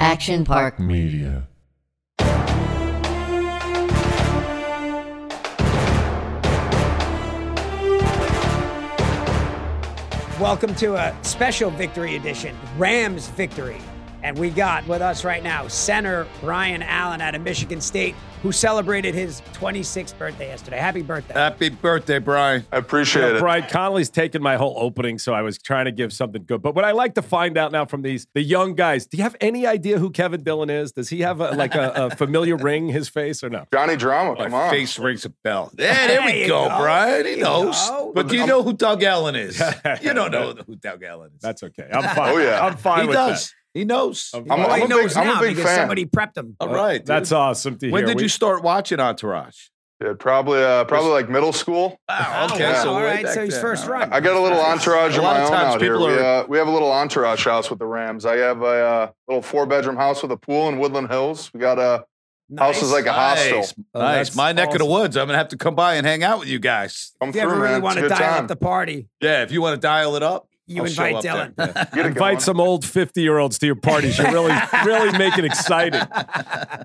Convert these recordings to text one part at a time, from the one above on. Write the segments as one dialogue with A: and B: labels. A: Action Park.
B: Media.
C: Welcome to a special victory edition, Rams victory. And we got with us right now center Ryan Allen out of Michigan State, who celebrated his 26th birthday yesterday. Happy birthday.
D: Uh,
E: Happy birthday, Brian.
D: I appreciate it.
F: Brian Connolly's taken my whole opening, so I was trying to give something good. But what I like to find out now from these the young guys, do you have any idea who Kevin Dillon is? Does he have a, like a, a familiar ring his face or no?
D: Johnny Drama,
E: My
D: come on.
E: face rings a bell. Yeah, there,
C: There
E: we
C: you
E: go,
C: go.
E: Brian. He
C: There you
E: knows.
C: go.
E: But do you know who Doug Allen is? you don't know who Doug Allen is.
F: That's okay. I'm fine.
D: Oh, yeah.
F: I'm fine
E: he
F: with
E: does. He knows.
F: I'm-
D: I'm,
C: Well,
D: I'm
C: he
D: a
C: knows
D: big, I'm a
C: now
D: big
C: because
D: fan.
C: somebody prepped him.
E: All right.
F: that.
E: dude.
F: That's awesome to
E: when
F: hear.
E: did
F: We-
E: you start watching Entourage?
D: Yeah, probably, uh, probably like middle school.
E: Wow. Okay.
D: wow.
E: So
C: Oh, All
E: way
C: right,
E: back
C: so he's
E: then.
C: first
E: All
C: run.
E: right.
D: I got a little entourage
E: A
D: of
E: lot
D: my
E: of
D: own
E: times
D: out here.
E: people
D: We,
E: are-
D: uh, we have a little entourage house with the Rams. I have a uh, little four bedroom house with a pool in Woodland Hills. We uh, got a house is like a
E: Nice.
D: hostel.
F: Oh,
E: nice.
F: that's
E: My neck of the
F: awesome.
E: woods. I'm gonna have to come by and hang out with you guys.
D: Come
C: If you ever
D: through,
C: really
D: man.
C: want
D: It's a
C: to
D: good
C: dial
D: time.
C: up the party,
E: Yeah, if you want to dial it up,
C: you
E: I'll show
C: invite
E: up
C: Dylan.
E: there. Yeah.
D: Get it going.
F: Invite some old 50 year olds to your parties. You really, really make it exciting.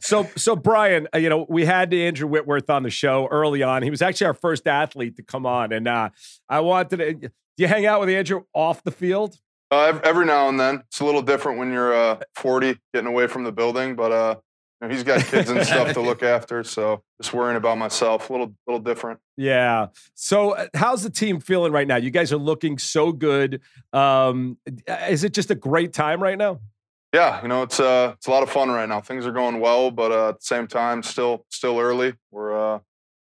F: So, so Brian, uh, you know, we had Andrew Whitworth on the show early on. He was actually our first athlete to come on. And uh, I wanted to, do you hang out with Andrew off the field?
D: Uh, ev- every now and then, it's a little different when you're uh, 40, getting away from the building. But uh, you know, he's got kids and stuff to look after, so just worrying about myself. A little, little different.
F: Yeah. So, uh, how's the team feeling right now? You guys are looking so good. Um, is it just a great time right now?
D: Yeah, you know, it's uh, it's a lot of fun right now. Things are going well, but uh, at the same time, still, still early. We're uh,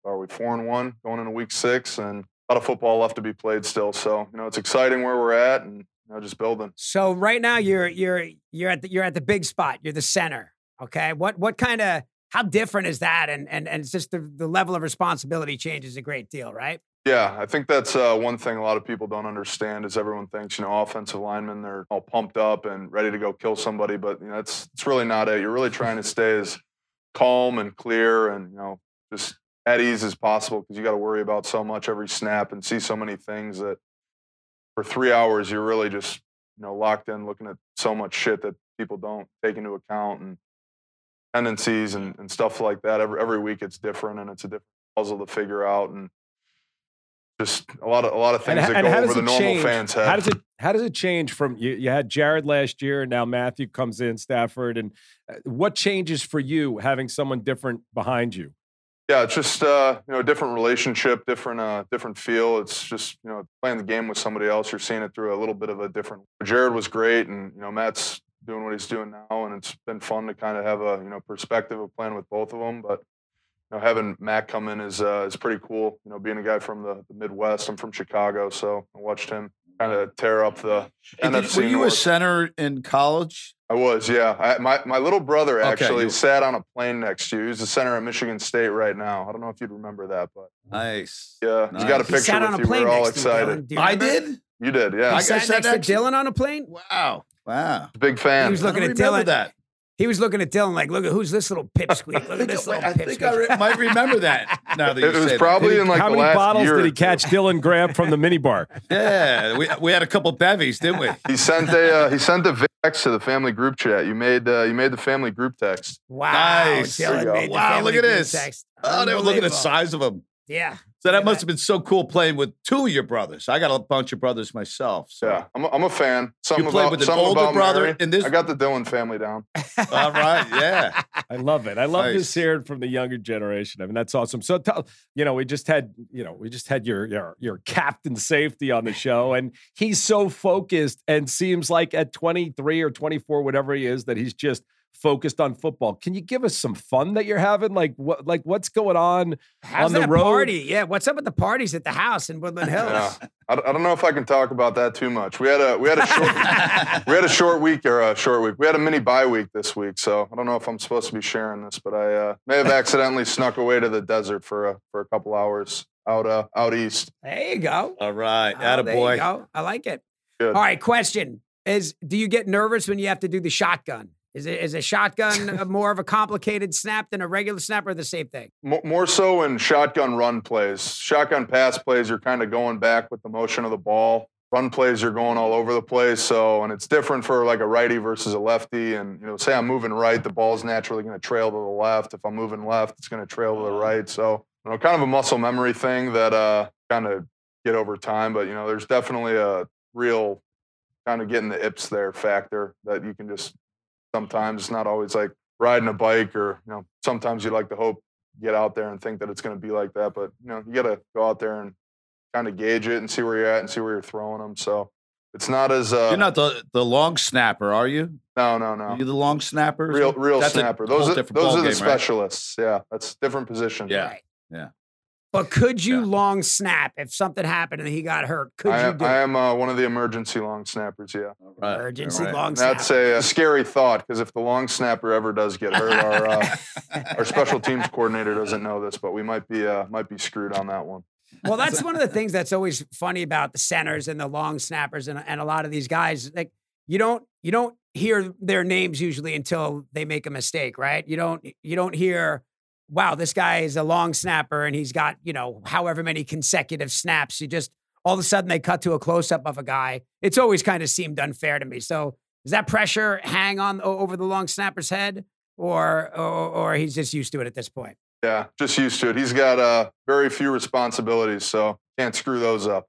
D: are we four and one going into week six, and a lot of football left to be played still. So you know, it's exciting where we're at, and you know, just building.
C: So right now you're you're you're at the you're at the big spot. You're the center. Okay. What what kind of how different is that? And and and it's just the, the level of responsibility changes a great deal, right?
D: Yeah, I think that's uh, one thing a lot of people don't understand is everyone thinks you know offensive linemen they're all pumped up and ready to go kill somebody, but you know that's it's really not it. You're really trying to stay as calm and clear and you know just at ease as possible because you got to worry about so much every snap and see so many things that for three hours you're really just you know locked in looking at so much shit that people don't take into account and tendencies and, and stuff like that. Every every week it's different and it's a different puzzle to figure out and just a lot of a lot of things that go over the normal
F: change?
D: fans head.
F: How does it how does it change from you? You had Jared last year, and now Matthew comes in, Stafford, and uh, what changes for you having someone different behind you?
D: Yeah, it's just uh, you know, different relationship, different uh, different feel. It's just you know, playing the game with somebody else. You're seeing it through a little bit of a different. Jared was great, and you know, Matt's doing what he's doing now, and it's been fun to kind of have a you know perspective of playing with both of them. But you know, having Matt come in is uh, is pretty cool. You know, being a guy from the, the Midwest, I'm from Chicago, so I watched him kind of tear up the
E: And did-
D: NFC
E: were you a
D: North.
E: center in college?
D: I was, yeah. I, my my little brother
E: Okay,
D: actually
E: you-
D: sat on a plane next to you. He's the center at Michigan State right now. I don't know if you'd remember that, but.
E: Nice.
D: Yeah, you got a
E: Nice.
C: He
D: picture
C: sat
D: with
C: on a
D: you.
C: plane
D: we were all
C: next to you,
D: excited.
C: Dylan. Do you
E: I
C: remember?
E: did.
D: You did, yeah.
C: He
E: I
C: sat
E: sat
C: next,
E: next
C: to
E: to-
C: Dylan on a plane.
E: Wow. Wow.
D: Big fan.
C: He was looking
E: I
C: at
E: don't remember
C: Dylan.
E: That.
C: He was looking at Dylan like, look at who's this little pipsqueak. Look at this little
E: I think I
C: pipsqueak.
E: re- might remember that now that you
D: it was
E: say
D: probably
F: Did he-
D: in like
F: how
D: the
F: many
D: last
F: bottles
D: year.
F: did he
D: or two.
F: catch Dylan Graham from the minibar?
E: that. Yeah, we, we had a couple bevies, didn't we?
D: He sent a uh, he sent a text to the family group chat. You made uh, you made the family group text.
C: wow,
E: Nice.
D: There you
C: Dylan
D: go.
C: made the
E: Wow,
C: family
E: look at
C: group
E: this.
C: text.
E: Oh, they were looking at
C: Unbelievable.
E: the size of them.
C: Yeah.
E: So
C: Look
E: that
C: at
E: must have been so cool playing with two of your brothers. I got a bunch of brothers myself. So.
D: Yeah, I'm a, I'm a fan. Something
E: played
D: about,
E: with an
D: something
E: older
D: about
E: brother
D: Mary.
E: in this-
D: I got the Dylan family down.
E: All right. Yeah.
F: I love it. I love
E: Nice.
F: this hearing from the younger generation. I mean, that's awesome. So, tell, you know, we just had, you know, we just had your your your captain safety on the show, and he's so focused and seems like at 23 or 24, whatever he is, that he's just focused on football. Can you give us some fun that you're having? Like what? Like what's going on?
C: How's
F: on the
C: that
F: road.
C: party? Yeah, what's up with the parties at the house in Woodland Hills?
D: Yeah. I, don't- I don't know if I can talk about that too much. We had a we had a short we had a short week or a short week. We had a mini bye week this week, so I don't know if I'm supposed to be sharing this, but I uh, may have accidentally snuck away to the desert for a, for a couple hours out uh, out east.
C: There you go.
E: All right.
C: Oh,
E: Attaboy.
C: there you go. I like it.
D: Good.
C: All right, question is: Do you get nervous when you have to do the shotgun? Is it is a shotgun a more of a complicated snap than a regular snap, or the same thing?
D: Mo- More so in shotgun run plays. Shotgun pass plays, you're kind of going back with the motion of the ball run plays you're going all over the place. So and it's different for like a righty versus a lefty. And you know, say I'm moving right, the ball's naturally going to trail to the left. If I'm moving left, it's going to trail to the right. So you know, kind of a muscle memory thing that uh, kind of get over time. But you know, there's definitely a real kind of getting the ips there factor that you can just sometimes it's not always like riding a bike or you know sometimes you like to hope get out there and think that it's going to be like that but you know you got to go out there and kind of gauge it and see where you're at and see where you're throwing them so it's not as uh
E: You're not the, the long snapper, are you?
D: no no
E: Are
D: no
E: you the long snapper?
D: real real
E: That's a
D: snapper
E: whole
D: those are,
E: different
D: those are
E: ballgame,
D: the
E: right?
D: specialists yeah that's different position
E: Yeah.
C: Right.
E: yeah.
C: But could you
E: Yeah.
C: long snap if something happened and he got hurt? Could
D: I
C: you
D: am,
C: do
D: I
C: it?
D: am uh, one of the emergency long snappers. Yeah,
E: Right,
C: emergency
E: right.
C: long snap?
D: that's a, uh scary thought because if the long snapper ever does get hurt, our uh, our special teams coordinator doesn't know this, but we might be uh, might be screwed on that one.
C: well, that's one of the things that's always funny about the centers and the long snappers and, and a lot of these guys. Like you don't you don't hear their names usually until they make a mistake, right? You don't you don't hear, wow, this guy is a long snapper and he's got you know however many consecutive snaps. You just all of a sudden they cut to a close up of a guy. It's always kind of seemed unfair to me. So does that pressure hang on o- over the long snapper's head, or or, or he's just used to it at this point?
D: Yeah, just used to it. He's got uh, very few responsibilities, so can't screw those up.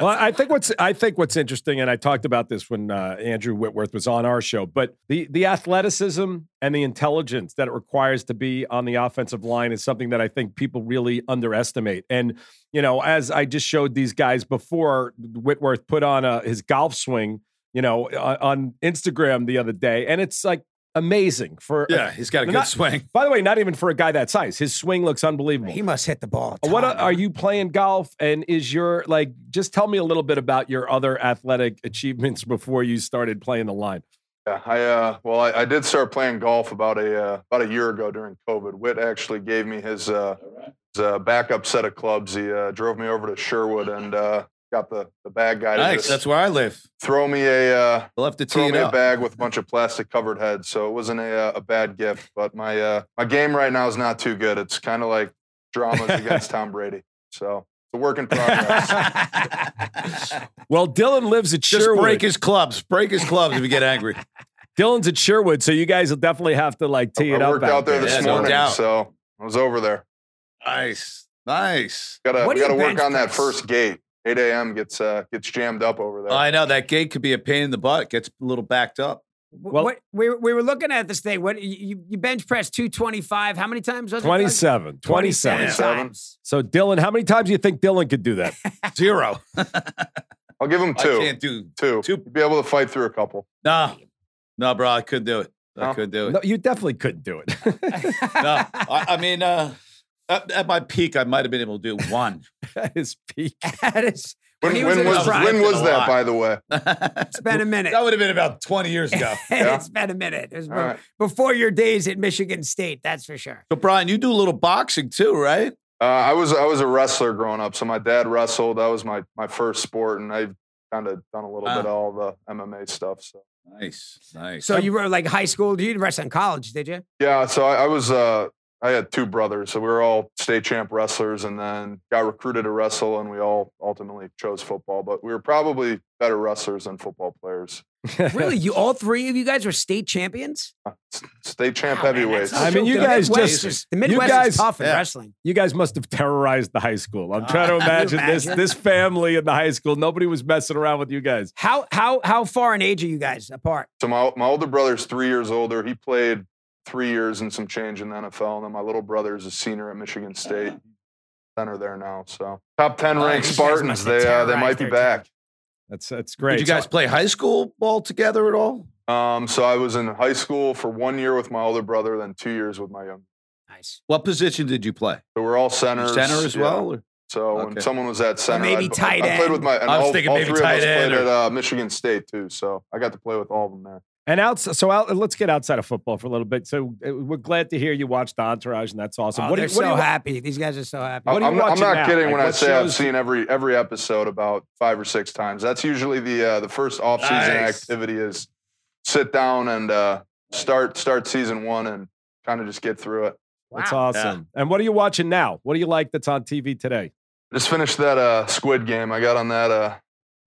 F: well, I think what's I think what's interesting, and I talked about this when uh, Andrew Whitworth was on our show, but the the athleticism and the intelligence that it requires to be on the offensive line is something that I think people really underestimate. And you know, as I just showed these guys before, Whitworth put on uh his golf swing, you know, on, on Instagram the other day, and it's like amazing for.
E: Yeah, he's got a
F: They're
E: good
F: not-
E: swing.
F: By the way, not even for a guy that size, his swing looks unbelievable.
C: He must hit the ball. a
F: What
C: ton.
F: are you playing golf? And is your like? Just tell me a little bit about your other athletic achievements before you started playing the line.
D: Yeah, I uh, well, I, I did start playing golf about a uh, about a year ago during COVID. Whit actually gave me his uh, his uh, backup set of clubs. He uh, drove me over to Sherwood and uh, got the the bag guy to
E: Nice.
D: just
E: That's where I live.
D: throw me a uh,
E: I'll have to tee
D: throw
E: it
D: me a
E: up.
D: bag with a bunch of plastic covered heads. So it wasn't a uh, a bad gift, but my uh, my game right now is not too good. It's kind of like dramas against Tom Brady. So it's a work in progress.
F: Well, Dylan lives at
E: Just
F: Sherwood.
E: break his clubs. Break his clubs if you get angry.
F: Dylan's at Sherwood, so you guys will definitely have to like tee
D: I
F: it up.
D: worked out there this
E: Yeah, no
D: morning,
E: doubt.
D: so I was over there.
E: Nice. Nice.
D: Got
C: What do
D: to got to
C: you
D: work
C: bench
D: on that
C: press?
D: first gate. 8 a.m. gets uh, gets jammed up over there.
E: I know that gate could be a pain in the butt. It gets a little backed up.
C: Wh-
F: Well-
C: what we were- we were looking at this thing. What you- you, you bench press two twenty five? How many times? Was it, Doug?
F: 27, 27.
C: 27
D: 27.
C: times.
F: So, Dylan, how many times do you think Dylan could do that?
E: Zero.
D: I'll give him
E: I
D: two.
E: can't do
D: Two.
E: two.
D: You'd be able to fight through a couple.
E: No. No, bro. I couldn't do it. I
D: No?
E: couldn't do it.
F: no, you definitely couldn't do it.
E: No. I, I mean, uh, at, at my peak, I might have been able to do one.
F: that is peak.
C: That is-
D: When,
C: he
D: when
C: in his
D: was,
C: prime,
D: when
E: It's
D: was
E: been a
D: that,
E: lot.
D: by the way?
E: that
C: it's been a minute.
E: would have been about 20 years ago.
D: yeah.
C: It's been a minute. It was
D: All
C: be-
D: right.
C: before your days at Michigan State, that's for sure.
E: So, Brian, you do a little boxing too, right?
D: Uh, I was I was a wrestler growing up, so my dad wrestled. That was my my first sport, and I've kind of done a little
E: Wow.
D: bit of all the MMA stuff. So
E: Nice. Nice.
C: So you were like high school. You didn't wrestle in college, did you?
D: yeah, so I, I was uh, I had two brothers, so we were all state champ wrestlers, and then got recruited to wrestle, and we all ultimately chose football. But we were probably better wrestlers than football players.
C: Really, you all three of you guys were state champions.
D: S- State champ
C: Wow, man,
D: heavyweights.
C: that's
F: I
C: no
F: mean,
C: joke.
F: you
C: The
F: guys
C: Midwest
F: just-
C: is- the
F: you
C: Midwest
F: guys-
C: is tough in
E: Yeah.
C: wrestling.
F: You guys must have terrorized the high school. I'm trying to
C: can you
F: imagine,
C: imagine?
F: this this family in the high school. Nobody was messing around with you guys.
C: How how how far in age are you guys apart?
D: So my my older brother's three years older. He played three years and some change in the NFL, and then my little brother's a senior at Michigan State. Center there now, so top ten
E: Nice. Uh-huh.
D: ranked
E: Oh, You guys
D: Spartans.
C: must have
D: They uh, they might
C: terrorized
D: be
C: their
D: back.
F: That's that's
E: Did
F: great.
E: you guys play high school ball together at all?
D: Um, so I was in high school for one year with my older brother, then two years with my young.
C: Nice.
E: What position did you play?
D: So we're all
E: You
D: centers.
E: Center as
D: yeah.
E: well? or-
D: So
E: Okay.
D: when someone was at center,
C: maybe
D: I'd-
C: tight
D: I played
C: end.
D: with my. And
E: I was
D: all,
E: thinking
D: all
E: maybe
D: three of
E: tight
D: us
E: end
D: played
E: or-
D: at uh, Michigan State too, so I got to play with all of them there.
F: and out. So out, let's get outside of football for a little bit. So uh, we're glad to hear you watched Entourage, and that's awesome.
C: Oh,
F: what do
C: they're
F: you, what
C: so
F: do you-
C: happy. These guys are so happy.
F: What are you
D: I'm, not- I'm
F: watching
D: not
F: now?
D: kidding
F: Like,
D: when I
F: what
D: say I've
F: shows-
D: seen every every episode about five or six times. That's usually the uh, the first off season
E: Nice.
D: activity is sit down and uh, start start season one and kind of just get through it.
F: That's awesome. And what are you watching now? What do you like that's on TV today?
D: Just finished that uh, Squid Game. I got on that uh,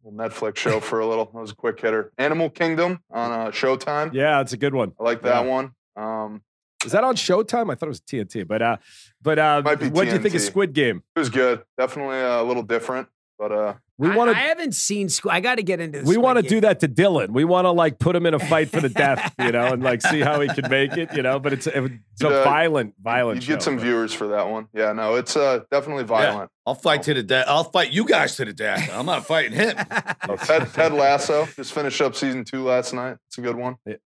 D: Netflix show for a little. That was a quick hitter. Animal Kingdom on uh, Showtime.
F: Yeah, it's a good one.
D: I like that
F: Yeah.
D: one. Um,
F: Is that on Showtime? I thought it was TNT, but uh, but uh,
D: Might be
F: what do you think of
D: TNT.
F: Squid Game?
D: it was good. Definitely uh, a little different, but uh,
F: We
C: I-
F: want
C: I
F: to
C: haven't seen school. I got to get into. This
F: we want to do that to Dylan. We want to like put him in a fight for the death, you know, and like see how he can make it, you know. But it's it's a
D: Dude, uh,
F: violent, violent.
D: you get
F: show,
D: some
F: but-
D: viewers for that one. Yeah, no, it's uh, definitely violent.
E: I'll fight to the death. I'll fight you guys to the death. I'm not fighting him.
D: Oh, Ted, Ted Lasso just finished up season two last night. It's a good one.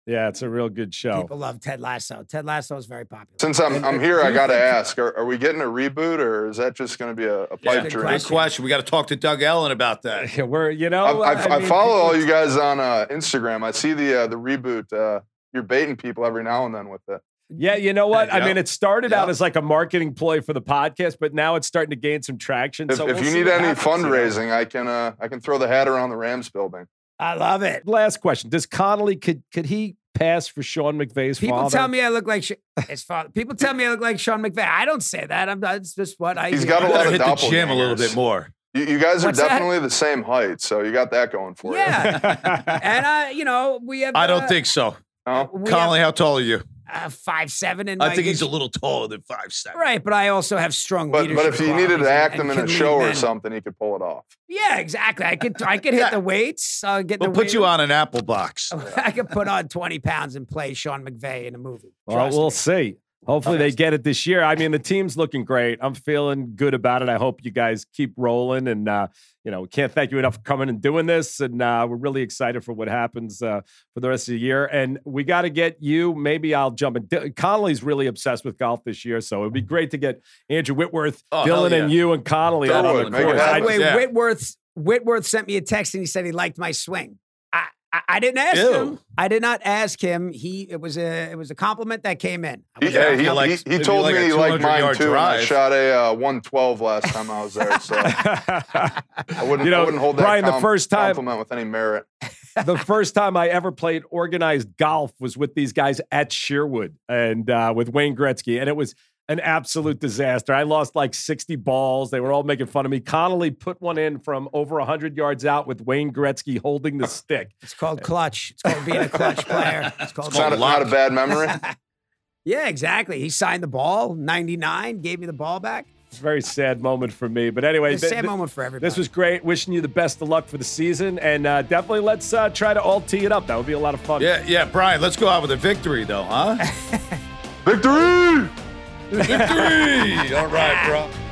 F: Yeah, it's a real good show.
C: People love Ted Lasso. Ted Lasso is very popular.
D: Since I'm, I'm here, I got to ask are, are we getting a reboot or is that just going to be a, a pipe
C: Good
D: dream?
E: Great
C: question.
E: question. We got to talk to Doug Ellen about that.
F: Yeah, we're you know I,
D: I, I, I
F: mean,
D: follow all
F: people-
D: you guys on uh, Instagram. I see the uh, the reboot. Uh, you're baiting people every now and then with it.
F: Yeah, you know what? I
E: Yeah.
F: mean, it started out
E: Yeah.
F: as like a marketing ploy for the podcast, but now it's starting to gain some traction.
D: If,
F: so
D: if
F: we'll
D: you
F: see
D: need
F: what
D: any
F: happens, you know?
D: fundraising, I can uh, I can throw the hat around the Rams building.
C: I love it.
F: Last question: Does Connolly could could he pass for Sean McVay's
C: People
F: father?
C: tell me I look like Sh- his father. People tell me I look like Sean McVay. I don't say that. I'm not, it's just what I.
D: He's
C: hear.
D: got a
E: You
D: lot
E: gotta
D: of
E: hit the gym a little
D: doppelgangers.
E: bit more.
D: You, you guys are
C: What's that?
D: definitely the same height, so you got that going for you.
C: Yeah, and I, you know, we have.
E: I
C: uh,
E: don't think so.
D: No?
C: we
E: Conley, how tall are you?
C: have, uh, five seven. And
E: I think he's a little taller than five seven.
C: right, but I also have strong
D: But
C: leadership.
D: but if you needed
C: qualities
D: to
C: and-
D: act
C: and
D: him in
C: can
D: a
C: lead
D: show or
C: men.
D: something, he could pull it off.
C: Yeah, exactly. I could I could hit
E: Yeah.
C: the weights. I'll get
E: We'll
C: the
E: put you on an apple box.
C: Oh, I could put on twenty pounds and play Sean McVay in a movie.
F: Well,
C: Trust
F: we'll
C: me.
F: see. Hopefully they get it this year. I mean, the team's looking great. I'm feeling good about it. I hope you guys keep rolling, and uh, you know, we can't thank you enough for coming and doing this. And uh, we're really excited for what happens uh, for the rest of the year. And we got to get you. Maybe I'll jump in. D- Connolly's really obsessed with golf this year, so it'd be great to get Andrew Whitworth,
E: Oh, hell
F: Dylan, and
E: yeah.
F: you and Connolly out on
D: Throw
F: the
D: it, make it
F: course.
D: happen.
C: By the way,
E: Yeah.
C: Whitworth Whitworth sent me a text and he said he liked my swing. I I, I didn't ask
E: Ew.
C: him. I did not ask him. He it was a it was a compliment that came in. I
D: He,
C: was
D: yeah,
C: like,
D: he,
E: he
D: he,
E: likes-
D: he
E: maybe
D: told
E: like a
D: me he liked
E: 200
D: mine
E: yard
D: too. and I
E: drive.
D: shot a uh, 112 last time I was there, so I wouldn't,
F: You know,
D: I wouldn't hold that
F: Brian, the
D: com-
F: first time-
D: compliment with any merit.
F: the first time I ever played organized golf was with these guys at Sherwood and uh, with Wayne Gretzky, and it was an absolute disaster. I lost like 60 balls. They were all making fun of me. Connolly put one in from over 100 yards out with Wayne Gretzky holding the stick.
C: It's called clutch. It's called being a clutch player. It's called
D: It's not a, not a bad memory.
C: Yeah, exactly. He signed the ball, 99, gave me the ball back.
F: It's a very sad moment for me. But anyway,
C: It's a
F: th-
C: sad
F: th-
C: moment for everybody.
F: This was great. Wishing you the best of luck for the season, and uh, definitely let's uh, try to all tee it up. That would be a lot of fun.
E: Yeah, yeah, Brian. Let's go out with a victory, though, huh?
D: Victory!
E: victory! All right, bro.